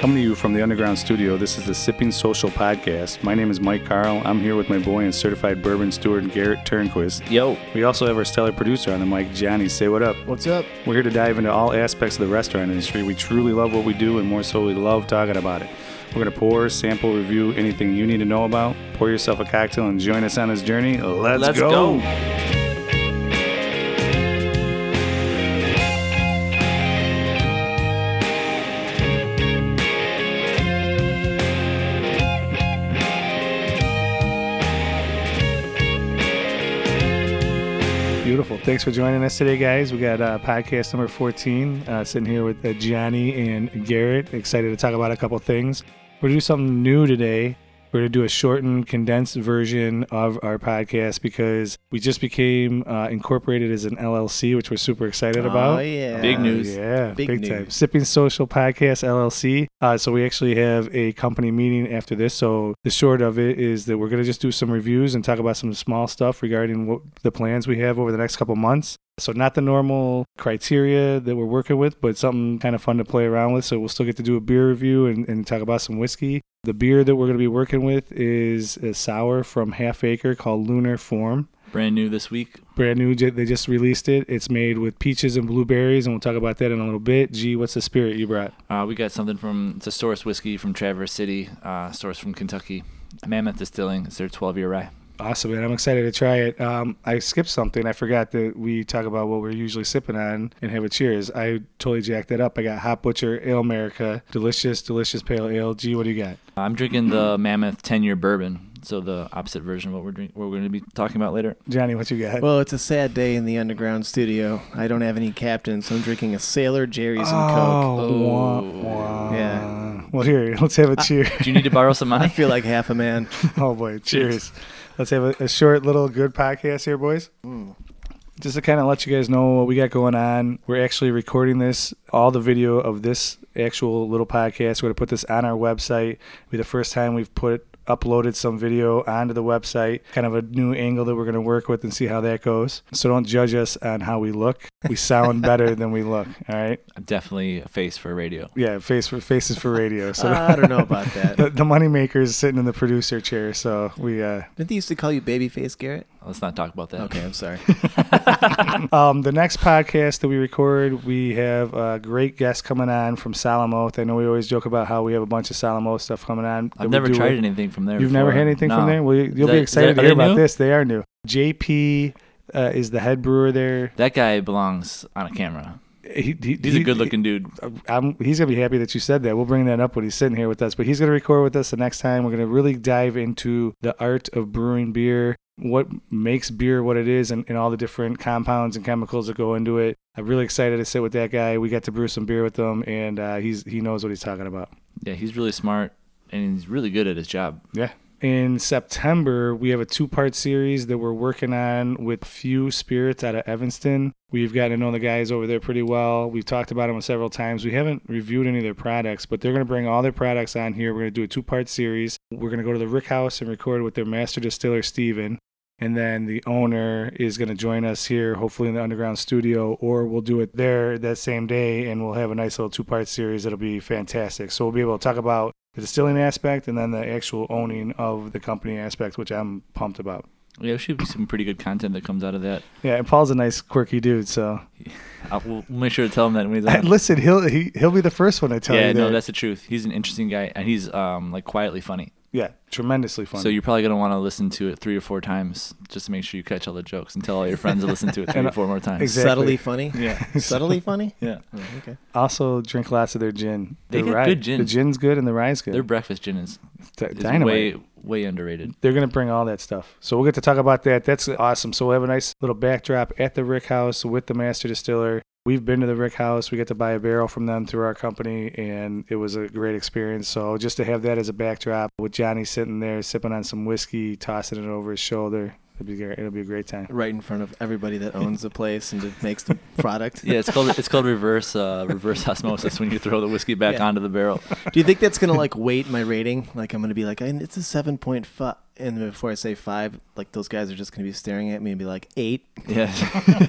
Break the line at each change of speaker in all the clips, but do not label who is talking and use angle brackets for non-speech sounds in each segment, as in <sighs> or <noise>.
Coming to you from the Underground Studio, this is the Sipping Social Podcast. My name is Mike Carl. I'm here with my boy and certified bourbon steward, Garrett Turnquist.
Yo.
We also have our stellar producer on the mic, Johnny. Say what up.
What's up?
We're here to dive into all aspects of the restaurant industry. We truly love what we do, and more so, we love talking about it. We're going to pour, sample, review anything you need to know about. Pour yourself a cocktail and join us on this journey. Let's,
Let's
go.
go.
Beautiful. Thanks for joining us today, guys. We got uh, podcast number 14, uh, sitting here with uh, Johnny and Garrett. Excited to talk about a couple things. We're going to do something new today. We're going to do a shortened, condensed version of our podcast because we just became uh, incorporated as an LLC, which we're super excited about.
Oh yeah.
Big
Uh,
news.
Yeah, big,
Big
time.
news.
Sipping Social Podcast LLC. Uh, so we actually have a company meeting after this. So the short of it is that we're going to just do some reviews and talk about some small stuff regarding what the plans we have over the next couple months. So not the normal criteria that we're working with, but something kind of fun to play around with. So we'll still get to do a beer review and, and talk about some whiskey. The beer that we're going to be working with is a sour from Half Acre called Lunar Form
Brand new this week.
brand new. ju- They just released it. It's made with peaches and blueberries, and we'll talk about that in a little bit. Gee, what's the spirit you brought?
Uh, we got something from it's a source whiskey from Traverse City, uh, source from Kentucky. Mammoth Distilling. It's their 12 year rye.
Awesome, man. I'm excited to try it. Um, I skipped something. I forgot that we talk about what we're usually sipping on and have a cheers. I totally jacked that up. I got Hot Butcher Ale America. Delicious, delicious pale ale. Gee, what do you got?
I'm drinking
Mm-hmm.
the Mammoth 10 year bourbon. So the opposite version of what we're drink, what we're going to be talking about later.
Johnny, what you got?
Well, it's a sad day in the underground studio. I don't have any captain, so I'm drinking a Sailor Jerry's and Coke.
wah,
Oh.
wah.
Yeah.
Well, here, <laughs> let's have a cheer.
Do you need to borrow
<laughs>
some
I
money?
feel like half a man.
Oh boy, cheers. Let's have a, a short little good podcast here, boys.
Mm.
Just to kind of let you guys know what we got going on. We're actually recording this, all the video of this actual little podcast. We're going to put this on our website. It'll be the first time we've put uploaded some video onto the website. Kind of a new angle that we're going to work with and see how that goes. So don't judge us on how we look. We sound
<laughs>
better than we look, all right?
I'm definitely a face for radio.
Yeah, face for faces for radio. So
Uh, I don't
<laughs>
know about that.
the, the moneymaker is sitting in the producer chair, so we uh
Didn't they used to call you Babyface Garrett?
Let's not talk about that. <laughs>
Okay, I'm sorry.
Um, the next podcast that we record, we have a great guest coming on from Salamoth. I know we always joke about how we have a bunch of Salamoth stuff coming on.
I've never tried
it.
anything from there.
You've never
before.
had anything from
No.
there? Well, you, you'll
that-
be
is
excited
that-
to hear
are they
about
new?
this. They are new. JP uh, is the head brewer there.
That guy belongs on a camera.
He, he-
He's
he-
a good looking dude.
I'm, he's gonna be happy that you said that. We'll bring that up when he's sitting here with us. But he's gonna record with us the next time. We're gonna really dive into the art of brewing beer, what makes beer what it is, and, and all the different compounds and chemicals that go into it. I'm really excited to sit with that guy. We got to brew some beer with him, and uh, he's he knows what he's talking about.
Yeah, he's really smart and he's really good at his job.
Yeah. In September, we have a two part series that we're working on with Few Spirits out of Evanston. We've gotten to know the guys over there pretty well. We've talked about them several times. We haven't reviewed any of their products, but they're going to bring all their products on here. We're going to do a two part series. We're going to go to the Rick House and record with their master distiller, Steven. And then the owner is going to join us here, hopefully in the underground studio, or we'll do it there that same day and we'll have a nice little two part series. It'll be fantastic. So we'll be able to talk about the distilling aspect and then the actual owning of the company aspect, which I'm pumped about.
Yeah, there should be some pretty good content that comes out of that.
Yeah, and Paul's a nice, quirky
<laughs>
dude. So
I'll, we'll make sure to tell him that when
<laughs>
he's on.
listen, he'll he, he'll be the first one to tell
yeah,
you
no,
that.
that's the truth. He's an interesting guy, and he's um like quietly funny.
yeah, tremendously fun.
So you're probably gonna want to listen to it three or four times just to make sure you catch all the jokes, and tell all your friends to listen
<laughs>
to it three
And,
or four more times.
Exactly.
Subtly funny?
<laughs> Yeah,
Subtly funny?
yeah.
Oh, okay.
also drink lots of their gin.
They
Their
got
rye-
good gin.
The gin's good and the rye's good.
Their breakfast gin is,
They're
is
dynamite.
way way underrated.
they're going to bring all that stuff. So we'll get to talk about that. That's awesome. So we'll have a nice little backdrop at the Rick House with the master distiller. We've been to the Rick House. We get to buy a barrel from them through our company, and it was a great experience. So just to have that as a backdrop with Johnny sitting there sipping on some whiskey, tossing it over his shoulder, It'll be great. It'll be a great time.
right in front of everybody that owns the place and that makes the product.
Yeah, it's called it's called reverse uh, reverse osmosis when you throw the whiskey back
Yeah.
onto the barrel.
Do you think that's gonna like weight my rating? Like I'm gonna be like, "And it's a seven point five, and before I say five, like those guys are just gonna be staring at me and be like eight, <laughs>
<laughs>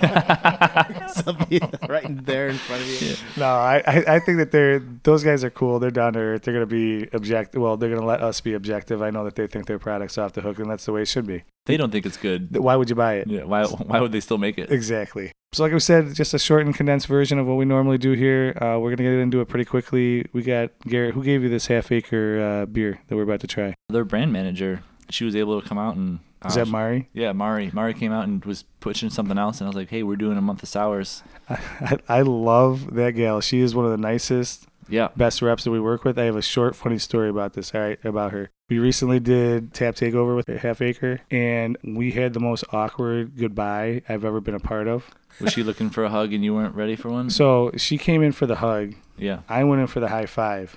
Yeah.
something right there in front of you.
No, I, I, I think that they're those guys are cool. They're down to earth. They're gonna be objective. Well, they're gonna let us be objective. I know that they think their product's off the hook, and that's the way it should be.
they don't think it's good.
<laughs>
Th- Why would you buy it?
Yeah, why why would they still make it?
Exactly. So, like we said, just a short and condensed version of what we normally do here. Uh, we're gonna get into it pretty quickly. We got Garrett. Who gave you this half acre uh, beer that we're about to try?
Their brand manager, she was able to come out and uh,
Is that Mari? <laughs>
yeah, Mari. Mari came out and was pushing something else, and I was like, hey, we're doing a month of sours.
I, I love that gal. She is one of the nicest.
Yeah,
best reps that we work with. I have a short, funny story about this. All right, about her. We recently did tap takeover with Half Acre, and we had the most awkward goodbye I've ever been a part of.
was she looking for a hug and you weren't ready for one?
So she came in for the hug.
yeah, <laughs>
I went in for the high five.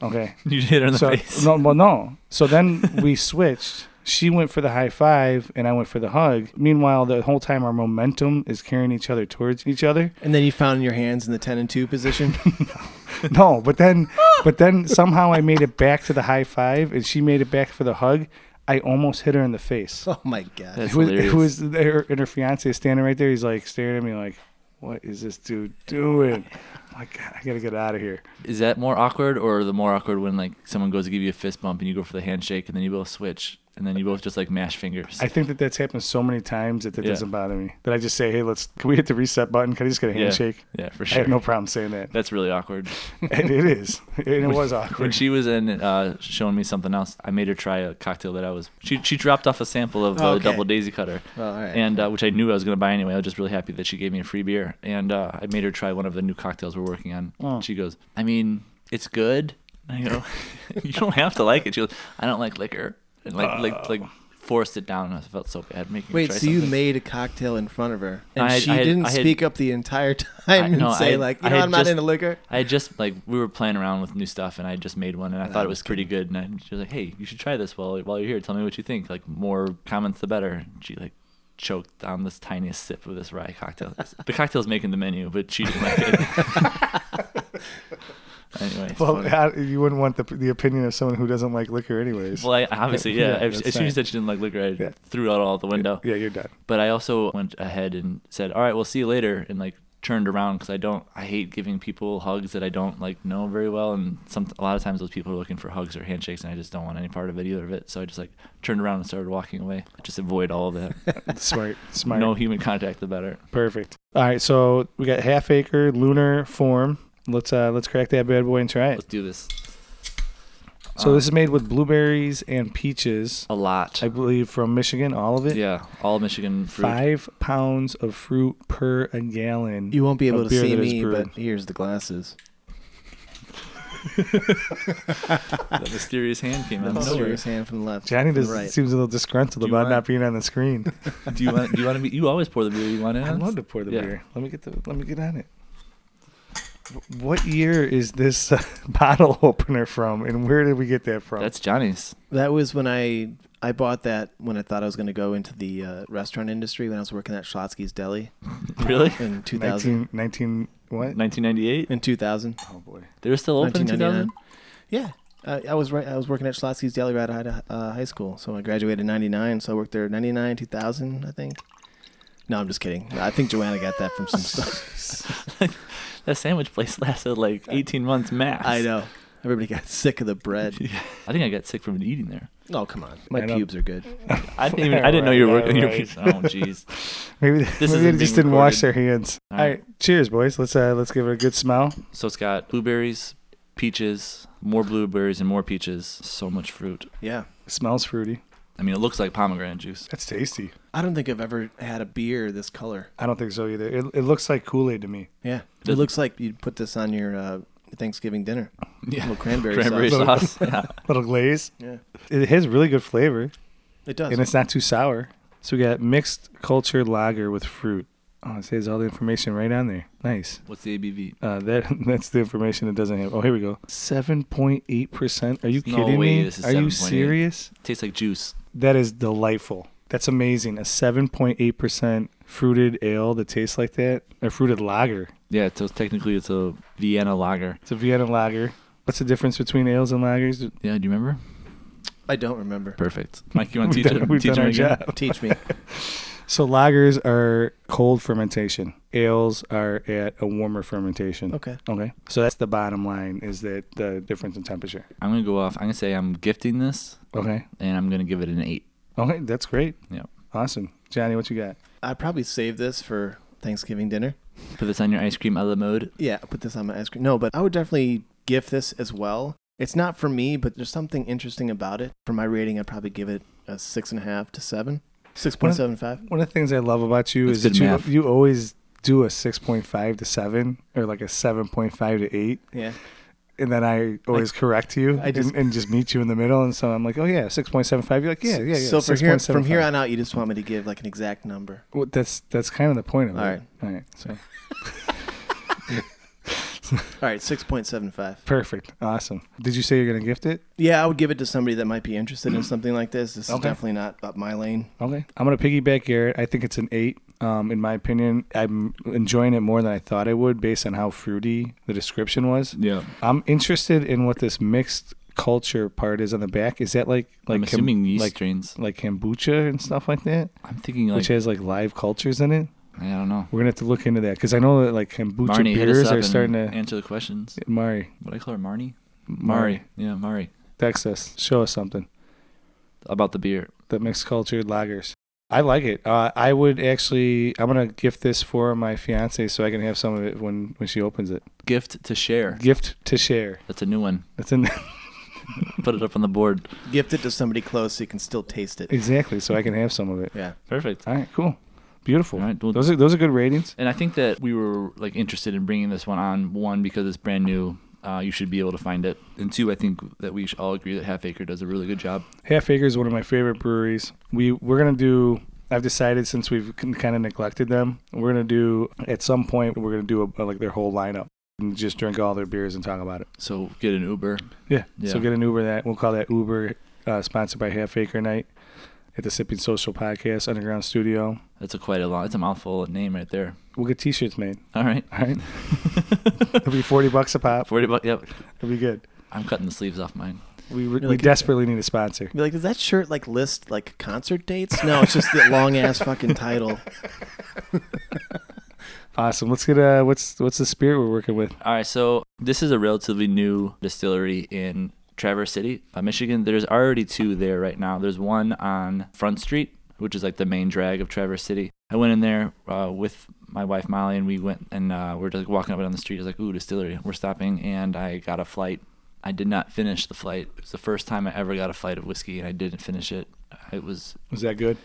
Okay.
you hit her in the
<laughs> So
face.
no, well, no. So then
<laughs>
we switched. She went for the high five, and I went for the hug. Meanwhile, the whole time our momentum is carrying each other towards
<laughs>
each other.
And then you found your hands in the ten and two position. <laughs>
No, but then, but then somehow I made it back to the high five, and she made it back for the hug. I almost hit her in the face.
oh my god!
That's
Who was,
hilarious.
who was there? And her fiance is standing right there. He's like staring at me, like, "What is this dude doing?" I'm like, God, I gotta get out of here.
Is that more awkward, or the more awkward when like someone goes to give you a fist bump and you go for the handshake, and then you both switch, and then you both just like mash fingers?
I think that that's happened so many times that that
Yeah.
doesn't bother me. That I just say, "Hey, let's can we hit the reset button? Can I just get a
Yeah.
handshake?"
yeah, for
I
sure.
have no problem saying
<laughs>
that.
That's really awkward.
and it is, and it was
When
awkward.
she was in uh, showing me something else, I made her try a cocktail that I was. She she dropped off a sample of the
Okay.
double daisy cutter,
Oh, all right.
and uh, which I knew I was going to buy anyway. I was just really happy that she gave me a free beer, and uh, I made her try one of the new cocktails we're working on.
Oh.
Mm.
She goes, "I mean, it's good." And I go, <laughs> "You don't have to like it." She goes, "I don't like liquor," and like like like forced it down. And I felt so bad making. her
Wait,
try
so you
something.
made a cocktail in front of her, and
I had-
she
I had-
didn't
I had-
speak up the entire <laughs> time and
no, I
say
had-
like,
I
"You know,
had
I'm not
just-
into liquor."
I had just like we were playing around with new stuff, and I just made one, and I thought it was pretty good. And I, she was like, "Hey, you should try this while while you're here. Tell me what you think. Like more comments, the better." And she like choked on this tiniest sip of this rye cocktail. the cocktail's making the menu, but she didn't like
<laughs>
it. anyway,
well, how- you wouldn't want the the opinion of someone who doesn't like liquor, anyways.
well, I obviously yeah.
Yeah,
as-
that's
as soon
fine.
as she said she didn't like liquor, I
Yeah.
threw it all out the window.
yeah,
<laughs>
you're done.
But I also went ahead and said, "All right, we'll see you later," and like turned around because I don't, I hate giving people hugs that I don't like know very well, and some a lot of times those people are looking for hugs or handshakes, and I just don't want any part of it either of it. So I just like turned around and started walking away, just avoid all of
<laughs>
that.
Smart, smart.
no human contact, the better.
Perfect. All right, so we got half acre lunar form. Let's uh let's crack that bad boy and try it.
Let's do this.
So
Um,
this is made with blueberries and peaches,
Uh, a lot.
I believe from Michigan, all of it.
yeah, all Michigan fruit.
Five pounds of fruit per a gallon.
You won't be able
A
to
beer
see
that is
me,
brewed.
but here's the glasses.
That mysterious hand came
The
out. of nowhere.
mysterious hand from the left.
Johnny
from the
does, seems a little disgruntled
Do you
about
mind?
not being on the screen.
Do you want? Do you want to be? You always pour the beer you want in.
<laughs> I love to pour the
Yeah.
beer. Let me get the let me get on it. Wh- What year is this uh, <laughs> bottle opener from, and where did we get that from?
That's Johnny's. <laughs>
That was when I I bought that when I thought I was going to go into the uh, restaurant industry when I was working at Schlotsky's Deli
Really?
in 2000.
19, 19 what?
1998.
In 2000,
Oh boy.
They were still open in 2000.
1999. Yeah, I, I was right. I was working at Schlotsky's Deli right out of uh, high school, so I graduated in '99. So I worked there '99, 2000, I think. No, I'm just kidding. I think Joanna got that from some stuff.
That sandwich place <laughs> lasted like 18 months max.
I know. Everybody got sick of the bread.
I think I got sick from eating there.
Oh come on, my
I know.
pubes are good.
<laughs>
<laughs>
I didn't even. I didn't know <laughs> you were
Right,
working. your
right,
pizza. Oh, jeez.
Maybe, they-
This
maybe
isn't
they just
being
didn't wash their
recorded.
hands. All
All
right.
right.
cheers, boys. Let's uh, let's give it a good smell.
So it's got blueberries, peaches, more blueberries, and more peaches. So much fruit.
Yeah,
It smells fruity.
I mean, it looks like pomegranate juice.
That's tasty.
I don't think I've ever had a beer this color.
I don't think so either. It, it looks like Kool Aid to me.
Yeah, it
Doesn't-
looks like you put this on your uh, Thanksgiving dinner.
Yeah.
little cranberry,
<laughs> Cranberry
sauce.
sauce. yeah.
Little glaze.
Yeah,
It has really good flavor,
it does.
and it's not too sour. So we got mixed culture lager with fruit. Oh, it says all the information right on there. Nice.
What's the ABV?
Uh, that <laughs> that's the information it doesn't have. Oh, here we go. Seven point eight percent. Are you
No
kidding
way
me?
this is
Are you
7.8.
serious?
Tastes like juice.
That is delightful. That's amazing. A 7.8% fruited ale that tastes like that. A fruited lager.
Yeah, so technically it's a Vienna lager.
It's a Vienna lager. What's the difference between ales and lagers?
Yeah, do you remember?
I don't remember.
Perfect. Mike, <laughs> you want to
We've
teach,
done-
it-
we've
teach
done
him
our
again?
job.
Teach me.
So lagers are cold fermentation. Ales are at a warmer fermentation.
Okay.
Okay. So that's the bottom line is that the difference in temperature.
I'm going to go off. I'm going to say I'm gifting this
Okay.
and I'm going to give it an eight.
Okay, that's great.
Yeah.
Awesome. Johnny, what you got?
I probably saved this for Thanksgiving dinner.
Put this on your ice cream a la mode.
Yeah, I put this on my ice cream. No, but I would definitely gift this as well. It's not for me, but there's something interesting about it. For my rating, I'd probably give it a six and a half to seven. Six point seven five.
One of the things I love about you
That's
is that
good
you,
math.
you always do a 6.5 to 7 or like a 7.5 to 8
Yeah.
and then I always correct you
I just-
and, and just meet you in the middle and so I'm like, "Oh yeah, 6.75." You're like, "Yeah, yeah, yeah."
So from here, from
6.75."
here on out, you just want me to give like an exact number.
Well, that's that's kind of the point of it.
All right.
All right. So
All right, six point seven five.
perfect. Awesome. Did you say you're going to gift it?
Yeah, I would give it to somebody that might be interested in something like this. This is
Okay.
definitely not up my lane.
Okay. I'm going to piggyback Garrett. I think it's an 8. Um, in my opinion, I'm enjoying it more than I thought I would based on how fruity the description was.
Yeah.
I'm interested in what this mixed culture part is on the back. Is that like like
I'm
kam-
assuming yeast
like
strains.
like kombucha and stuff like that,
I'm thinking like,
which has like live cultures in it?
I don't know.
We're gonna have to look into that because I know that like kombucha
Marnie, hit us
beers
up
are
and
starting to.
answer the questions.
Mari,
What I call her, Marnie? Mari. Yeah, Mari.
text us. Show us something.
About the beer.
the mixed cultured lagers. I like it. Uh, I would actually. I'm gonna gift this for my fiance so I can have some of it when when she opens it.
Gift to share.
Gift to share.
That's a new one.
That's in <laughs>
Put it up on the board.
Gift it to somebody close so you can still taste it.
exactly so I can have some of it.
Yeah.
Perfect.
All right, cool, beautiful.
All right, well-
those are those are good ratings.
And I think that we were like interested in bringing this one on one because it's brand new. Uh, you should be able to find it. And two, I think that we should all agree that Half Acre does a really good job.
Half Acre is one of my favorite breweries. We we're gonna do. I've decided since we've kind of neglected them, we're gonna do at some point we're gonna do a, like their whole lineup and just drink all their beers and talk about it.
So get an Uber.
Yeah. So
Yeah.
get an Uber that we'll call that Uber uh, sponsored by Half Acre Night at the Sipping Social Podcast Underground Studio.
That's a quite a lot. It's a mouthful name right there.
We'll get T-shirts made. <laughs>
All right, <laughs>
All right. It'll be forty bucks a pop.
forty bucks. Yep.
It'll be good.
I'm cutting the sleeves off mine.
We we
like-
desperately need a sponsor.
Be like, does that shirt like list like concert dates? No, it's just the long ass fucking title.
<laughs> Awesome. Let's get uh what's what's the spirit we're working with?
All right, so this is a relatively new distillery in Traverse City, uh, Michigan. There's already two there right now. There's one on Front Street, which is like the main drag of Traverse City. I went in there uh, with my wife Molly, and we went and uh, we are just like, walking up and down the street. I was like, "Ooh, distillery! We're stopping!" And I got a flight. I did not finish the flight. It was the first time I ever got a flight of whiskey, and I didn't finish it. It was
Was that good?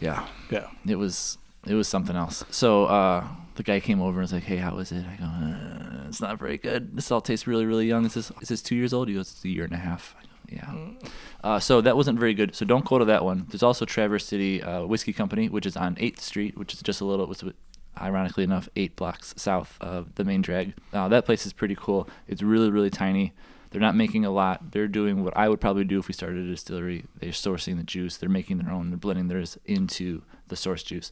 yeah,
Yeah.
it was it was something else. So uh, the guy came over and was like, "Hey, how is it?" I go, uh, "It's not very good. This all tastes really, really young. Is this is this two years old?" He goes, "It's a year and a half." I go, yeah. Uh, so that wasn't very good. So don't go to that one. There's also Traverse City uh, Whiskey Company, which is on Eighth Street, which is just a little. It's, ironically enough, eight blocks south of the main drag. Uh, that place is pretty cool. It's really, really tiny. They're not making a lot. They're doing what I would probably do if we started a distillery. They're sourcing the juice. They're making their own. They're blending theirs into the source juice.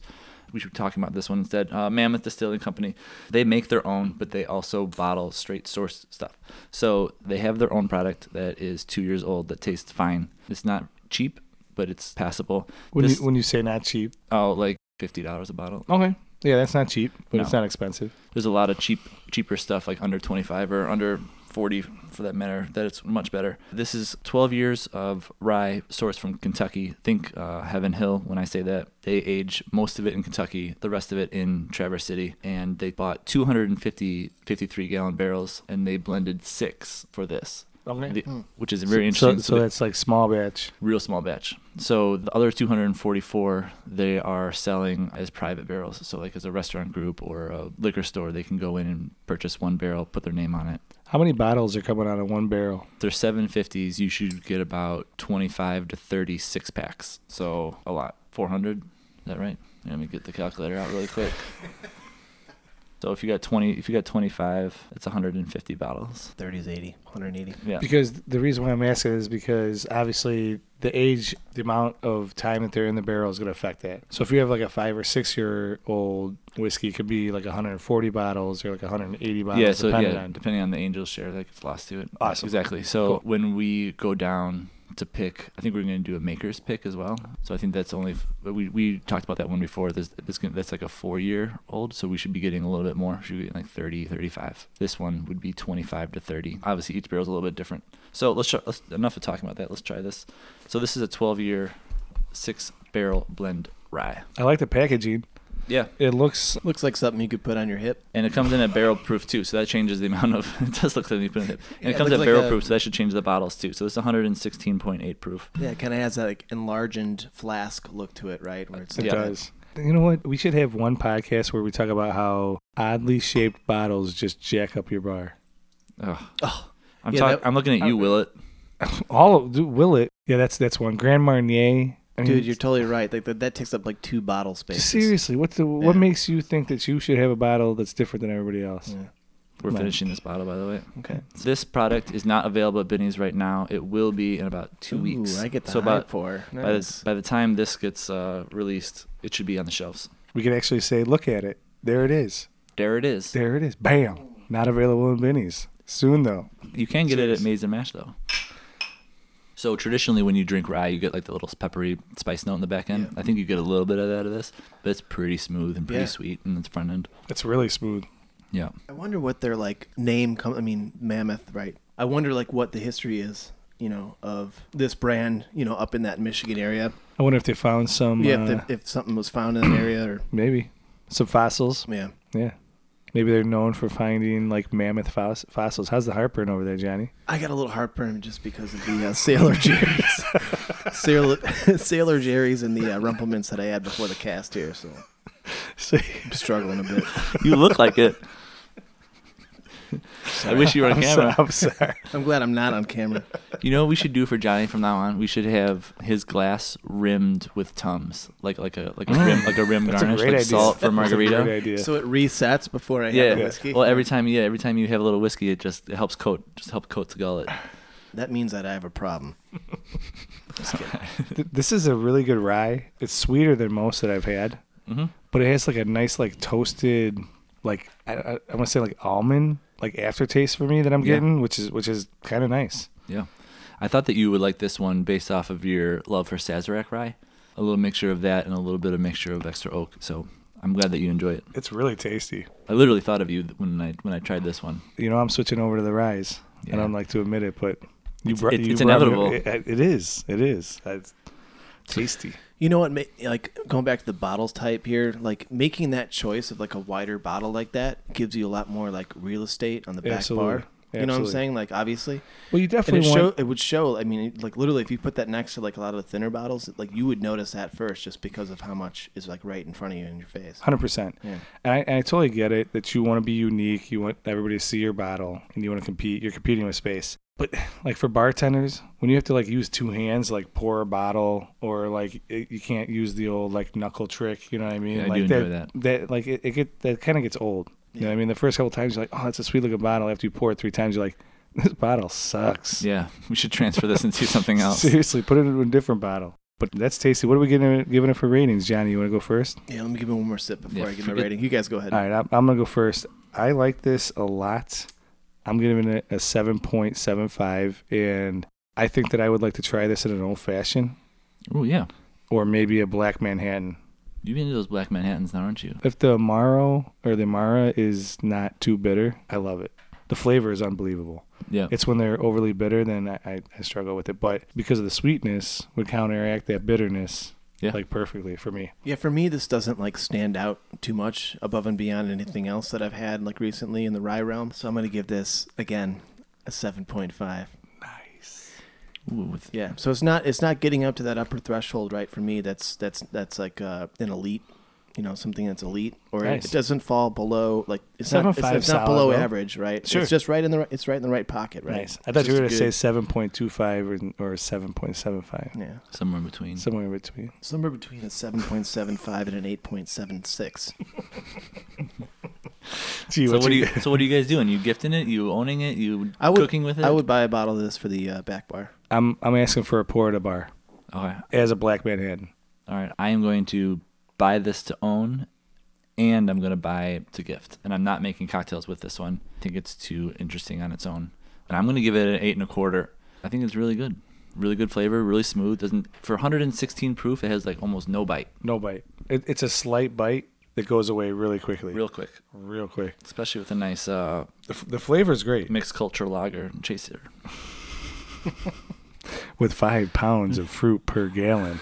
We should be talking about this one instead. Uh, Mammoth Distilling Company. They make their own, but they also bottle straight source stuff. So they have their own product that is two years old that tastes fine. It's not cheap, but it's passable.
When
This-
you when you say not cheap.
oh, like fifty dollars a bottle.
Okay. Yeah, that's not cheap, but it's
No.
not expensive.
There's a lot of cheap, cheaper stuff like under twenty five or under. 40 for that matter that it's much better this is 12 years of rye sourced from kentucky think uh, heaven hill when i say that they age most of it in kentucky the rest of it in traverse city and they bought 250 53 gallon barrels and they blended six for this
Okay.
The- which is very
so,
interesting
so that's like small batch.
real small batch. So the other 244 they are selling as private barrels. So like as a restaurant group or a liquor store, they can go in and purchase one barrel, put their name on it.
How many bottles are coming out of one barrel?
They're 750s. You should get about 25 to 30 six packs. So a lot. 400. Is that right? Let me get the calculator out really quick. So if you got 20, if you got 25, it's 150 bottles.
30 is 80, 180.
Yeah.
Because the reason why I'm asking is because obviously the age, the amount of time that they're in the barrel is going to affect that. So if you have like a five or six year old whiskey, it could be like 140 bottles or like 180 bottles,
yeah, so
depending
yeah,
on.
depending on the angel's share that gets lost to it.
Awesome.
Exactly. So when we go down to pick, I think we're going to do a maker's pick as well. So I think that's only f- we we talked about that one before. This this gonna- that's like a 4-year old, so we should be getting a little bit more. Should be getting like 30, 35. This one would be 25 to 30. Obviously each barrel's a little bit different. So let's, try, let's enough of talking about that. Let's try this. So this is a 12-year 6 barrel blend rye.
I like the packaging.
Yeah.
It looks
Looks like something you could put on your hip.
And it comes in a barrel proof too, so that changes the <laughs> amount of. It does look like you put it. in- And
Yeah,
it
it
comes
looks
in
like
barrel
a-
proof, so that should change the bottles too. So it's 116.8 proof.
Yeah, it kind of has that like enlarged flask look to it, right? Where it's
it
Yeah.
does. You know what? We should have one podcast where we talk about how oddly shaped bottles just jack up your bar. <laughs>
Ugh.
Oh,
I'm,
Yeah,
talk,
that-
I'm looking at you,
I-
Willet.
All of, dude, will it? Yeah, that's that's one. Grand Marnier. I mean,
dude, you're totally right. Like that, that takes up like two bottle spaces.
seriously. What the, what
Yeah.
makes you think that you should have a bottle that's different than everybody else?
Yeah.
We're
Right.
finishing this bottle, by the way.
Okay.
This product is not available at Binny's right now. It will be in about two
Ooh,
weeks.
I get the
so about
pour.
by the,
Nice.
by the time this gets uh, released, it should be on the shelves.
We could actually say, look at it. There it is.
There it is.
There it is. Bam. Not available in Benny's. Soon though.
You can get it
Cheers.
at Maize and Mash though. So traditionally, when you drink rye, you get like the little peppery spice note in the back end.
Yeah.
I think you get a little bit of that of this, but it's pretty smooth and pretty
Yeah.
sweet in the front end.
It's really smooth.
Yeah,
I wonder what their like name come. I mean, Mammoth, right? I wonder like what the history is, you know, of this brand, you know, up in that Michigan area.
I wonder if they found some
yeah,
uh,
if, they, if something was found in that area, or
maybe some fossils.
yeah,
Yeah. Maybe they're known for finding like mammoth fos- fossils. How's the heartburn over there, <laughs> Johnny?
I got a little heartburn just because of the uh, Sailor Jerry's, <laughs> Sailor, <laughs> Sailor Jerry's, and the uh, Rumplements that I had before the cast here. So
So
I'm struggling a bit.
you look like
<laughs>
it. I wish you were on
I'm,
camera.
so, I'm
<laughs>
sorry.
I'm glad I'm not on camera.
You know what we should do for Johnny from now on? We should have his glass rimmed with tums, like like a like a rim like a rim
<laughs> That's a
garnish,
great
like
idea.
salt for
That's a great
margarita.
idea.
So it resets before I
Yeah.
have the whiskey.
Well, every time yeah, every time you have a little whiskey, it just it helps coat just help coat the
<sighs>
gullet.
that means that I have a problem. Just kidding.
<laughs>
Th- this is a really good rye. It's sweeter than most that I've had,
hmm
but it has like a nice like toasted like I, I, I want to say like almond like aftertaste for me that I'm
Yeah.
getting, which is which is kind of nice.
Yeah. I thought that you would like this one based off of your love for Sazerac rye. A little mixture of that and a little bit of mixture of extra oak. So I'm glad that you enjoy it.
It's really tasty.
I literally thought of you when I when I tried this one.
you know, I'm switching over to the rise. I
Yeah.
don't like to admit it, but you
It's-
brought
it's-
you
it's
brought me-
inevitable.
it- it is. It is. That's tasty.
You know what? ma- Like going back to the bottles type here, like making that choice of like a wider bottle like that gives you a lot more like real estate on the back
Absolutely.
bar. You know what I'm
Absolutely.
saying? Like obviously,
Well, you
and it,
definitely
show,
want.
it would show. I mean, like literally, if you put that next to like a lot of the thinner bottles, like you would notice that first, just because of how much is like right in front of you in your face.
Hundred percent,
Yeah.
and I, and I totally get it that you want to be unique. You want everybody to see your bottle, and you want to compete. You're competing with space, but like for bartenders, when you have to like use two hands, to, like pour a bottle, or like it, you can't use the old like knuckle trick. You know what I mean?
Yeah, I
like
do enjoy
that like it, it get that kind of gets old. You know what I mean? The first couple times you're like, oh, that's a sweet looking bottle. After you pour it three times, you're like, this bottle sucks.
Yeah. We should transfer this into something else.
<laughs> Seriously, put it in a different bottle. But that's tasty. What are we giving it, giving it for ratings, Johnny? You want to go first?
Yeah, let me give it one more sip before
Yeah,
I give my
forget-
rating. You guys go ahead.
All right, I'm, I'm going to go first. I like this a lot. I'm giving it a 7.75, and I think that I would like to try this in an old fashioned
Oh yeah.
or maybe a black Manhattan.
You've been to those black Manhattans now, aren't you?
If the Amaro or the Amara is not too bitter, I love it. The flavor is unbelievable.
Yeah.
It's when they're overly bitter, then I, I, I struggle with it. But because of the sweetness, would counteract that bitterness
Yeah.
like perfectly for me.
Yeah, for me, this doesn't like stand out too much above and beyond anything else that I've had like recently in the rye realm. So I'm gonna give this again a seven point five.
Nice.
Ooh, with,
Yeah, so it's not it's not getting up to that upper threshold, right? For me, that's that's that's like uh, an elite, you know, something that's elite, or
Nice.
it doesn't fall below like it's
Seven
not it's,
five
it's not
solid,
below
though.
average, right?
Sure.
It's just right in the right, it's right in the right pocket, right?
Nice. I thought
It's
you were going
just
to
a
say 7.25 or, or 7.75,
good- yeah,
somewhere in between.
somewhere in between.
somewhere between a seven point seven five and an eight point seven six.
Gee,
so what do
you-
you? So what are you guys doing? You gifting it? You owning it? You
I would,
cooking with it?
I would buy a bottle of this for the uh, back bar.
I'm I'm asking for a pour at a bar
Okay.
as a black man had.
All right. I am going to buy this to own, and I'm going to buy to gift. And I'm not making cocktails with this one. I think it's too interesting on its own. And I'm going to give it an eight and a quarter. I think it's really good. Really good flavor. Really smooth. Doesn't for 116 proof. It has like almost no bite.
No bite. It, it's a slight bite that goes away really quickly.
Real quick,
real quick.
especially with a nice uh,
The, f- the flavor is great
mixed culture lager chaser.
with five pounds of fruit per gallon.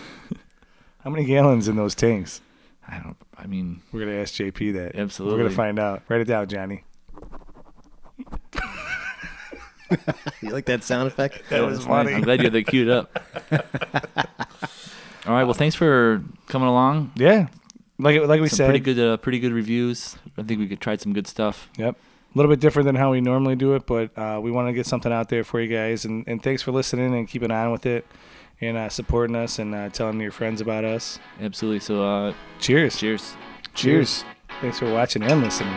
How many gallons in those tanks?
I don't. I mean,
We're gonna ask JP that. We're
Absolutely.
gonna find out. Write it down, Johnny.
You like that sound effect?
<laughs> That
Yeah,
was
that's nice.
funny.
I'm glad you had that queued up.
<laughs>
All right. Well, thanks for coming along.
Yeah, like like we
Some
said,
pretty good, uh, pretty good reviews. I think we could try some good stuff.
Yep. A little bit different than how we normally do it, but uh, we want to get something out there for you guys. And, and thanks for listening and keeping on with it and uh, supporting us and uh, telling your friends about us.
Absolutely. So, uh,
Cheers.
cheers.
Cheers. Thanks for watching and listening.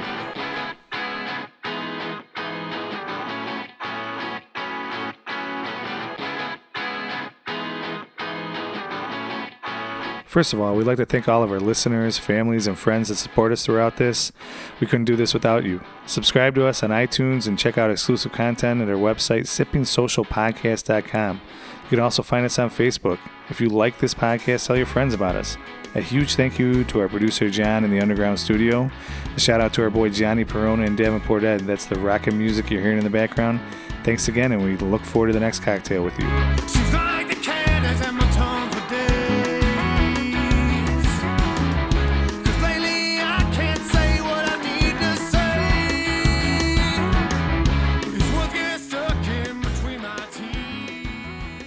First of all, we'd like to thank all of our listeners, families, and friends that support us throughout this. We couldn't do this without you. Subscribe to us on iTunes and check out exclusive content at our website, sippingsocialpodcast.com. You can also find us on Facebook. If you like this podcast, tell your friends about us. A huge thank you to our producer, John, in the Underground Studio. A shout out to our boy, Johnny Perona and Davenport Ed. That's the rockin' music you're hearing in the background. Thanks again, and we look forward to the next cocktail with you.
She's like the cat that's had my tongue for days. 'Cause lately I can't say what I need to say. These words get stuck in between my teeth.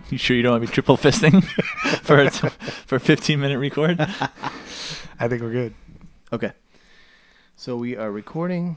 <laughs> You sure you don't want to be triple fisting <laughs> for a t- for a 15 minute record?
I think we're good.
Okay. So we are recording.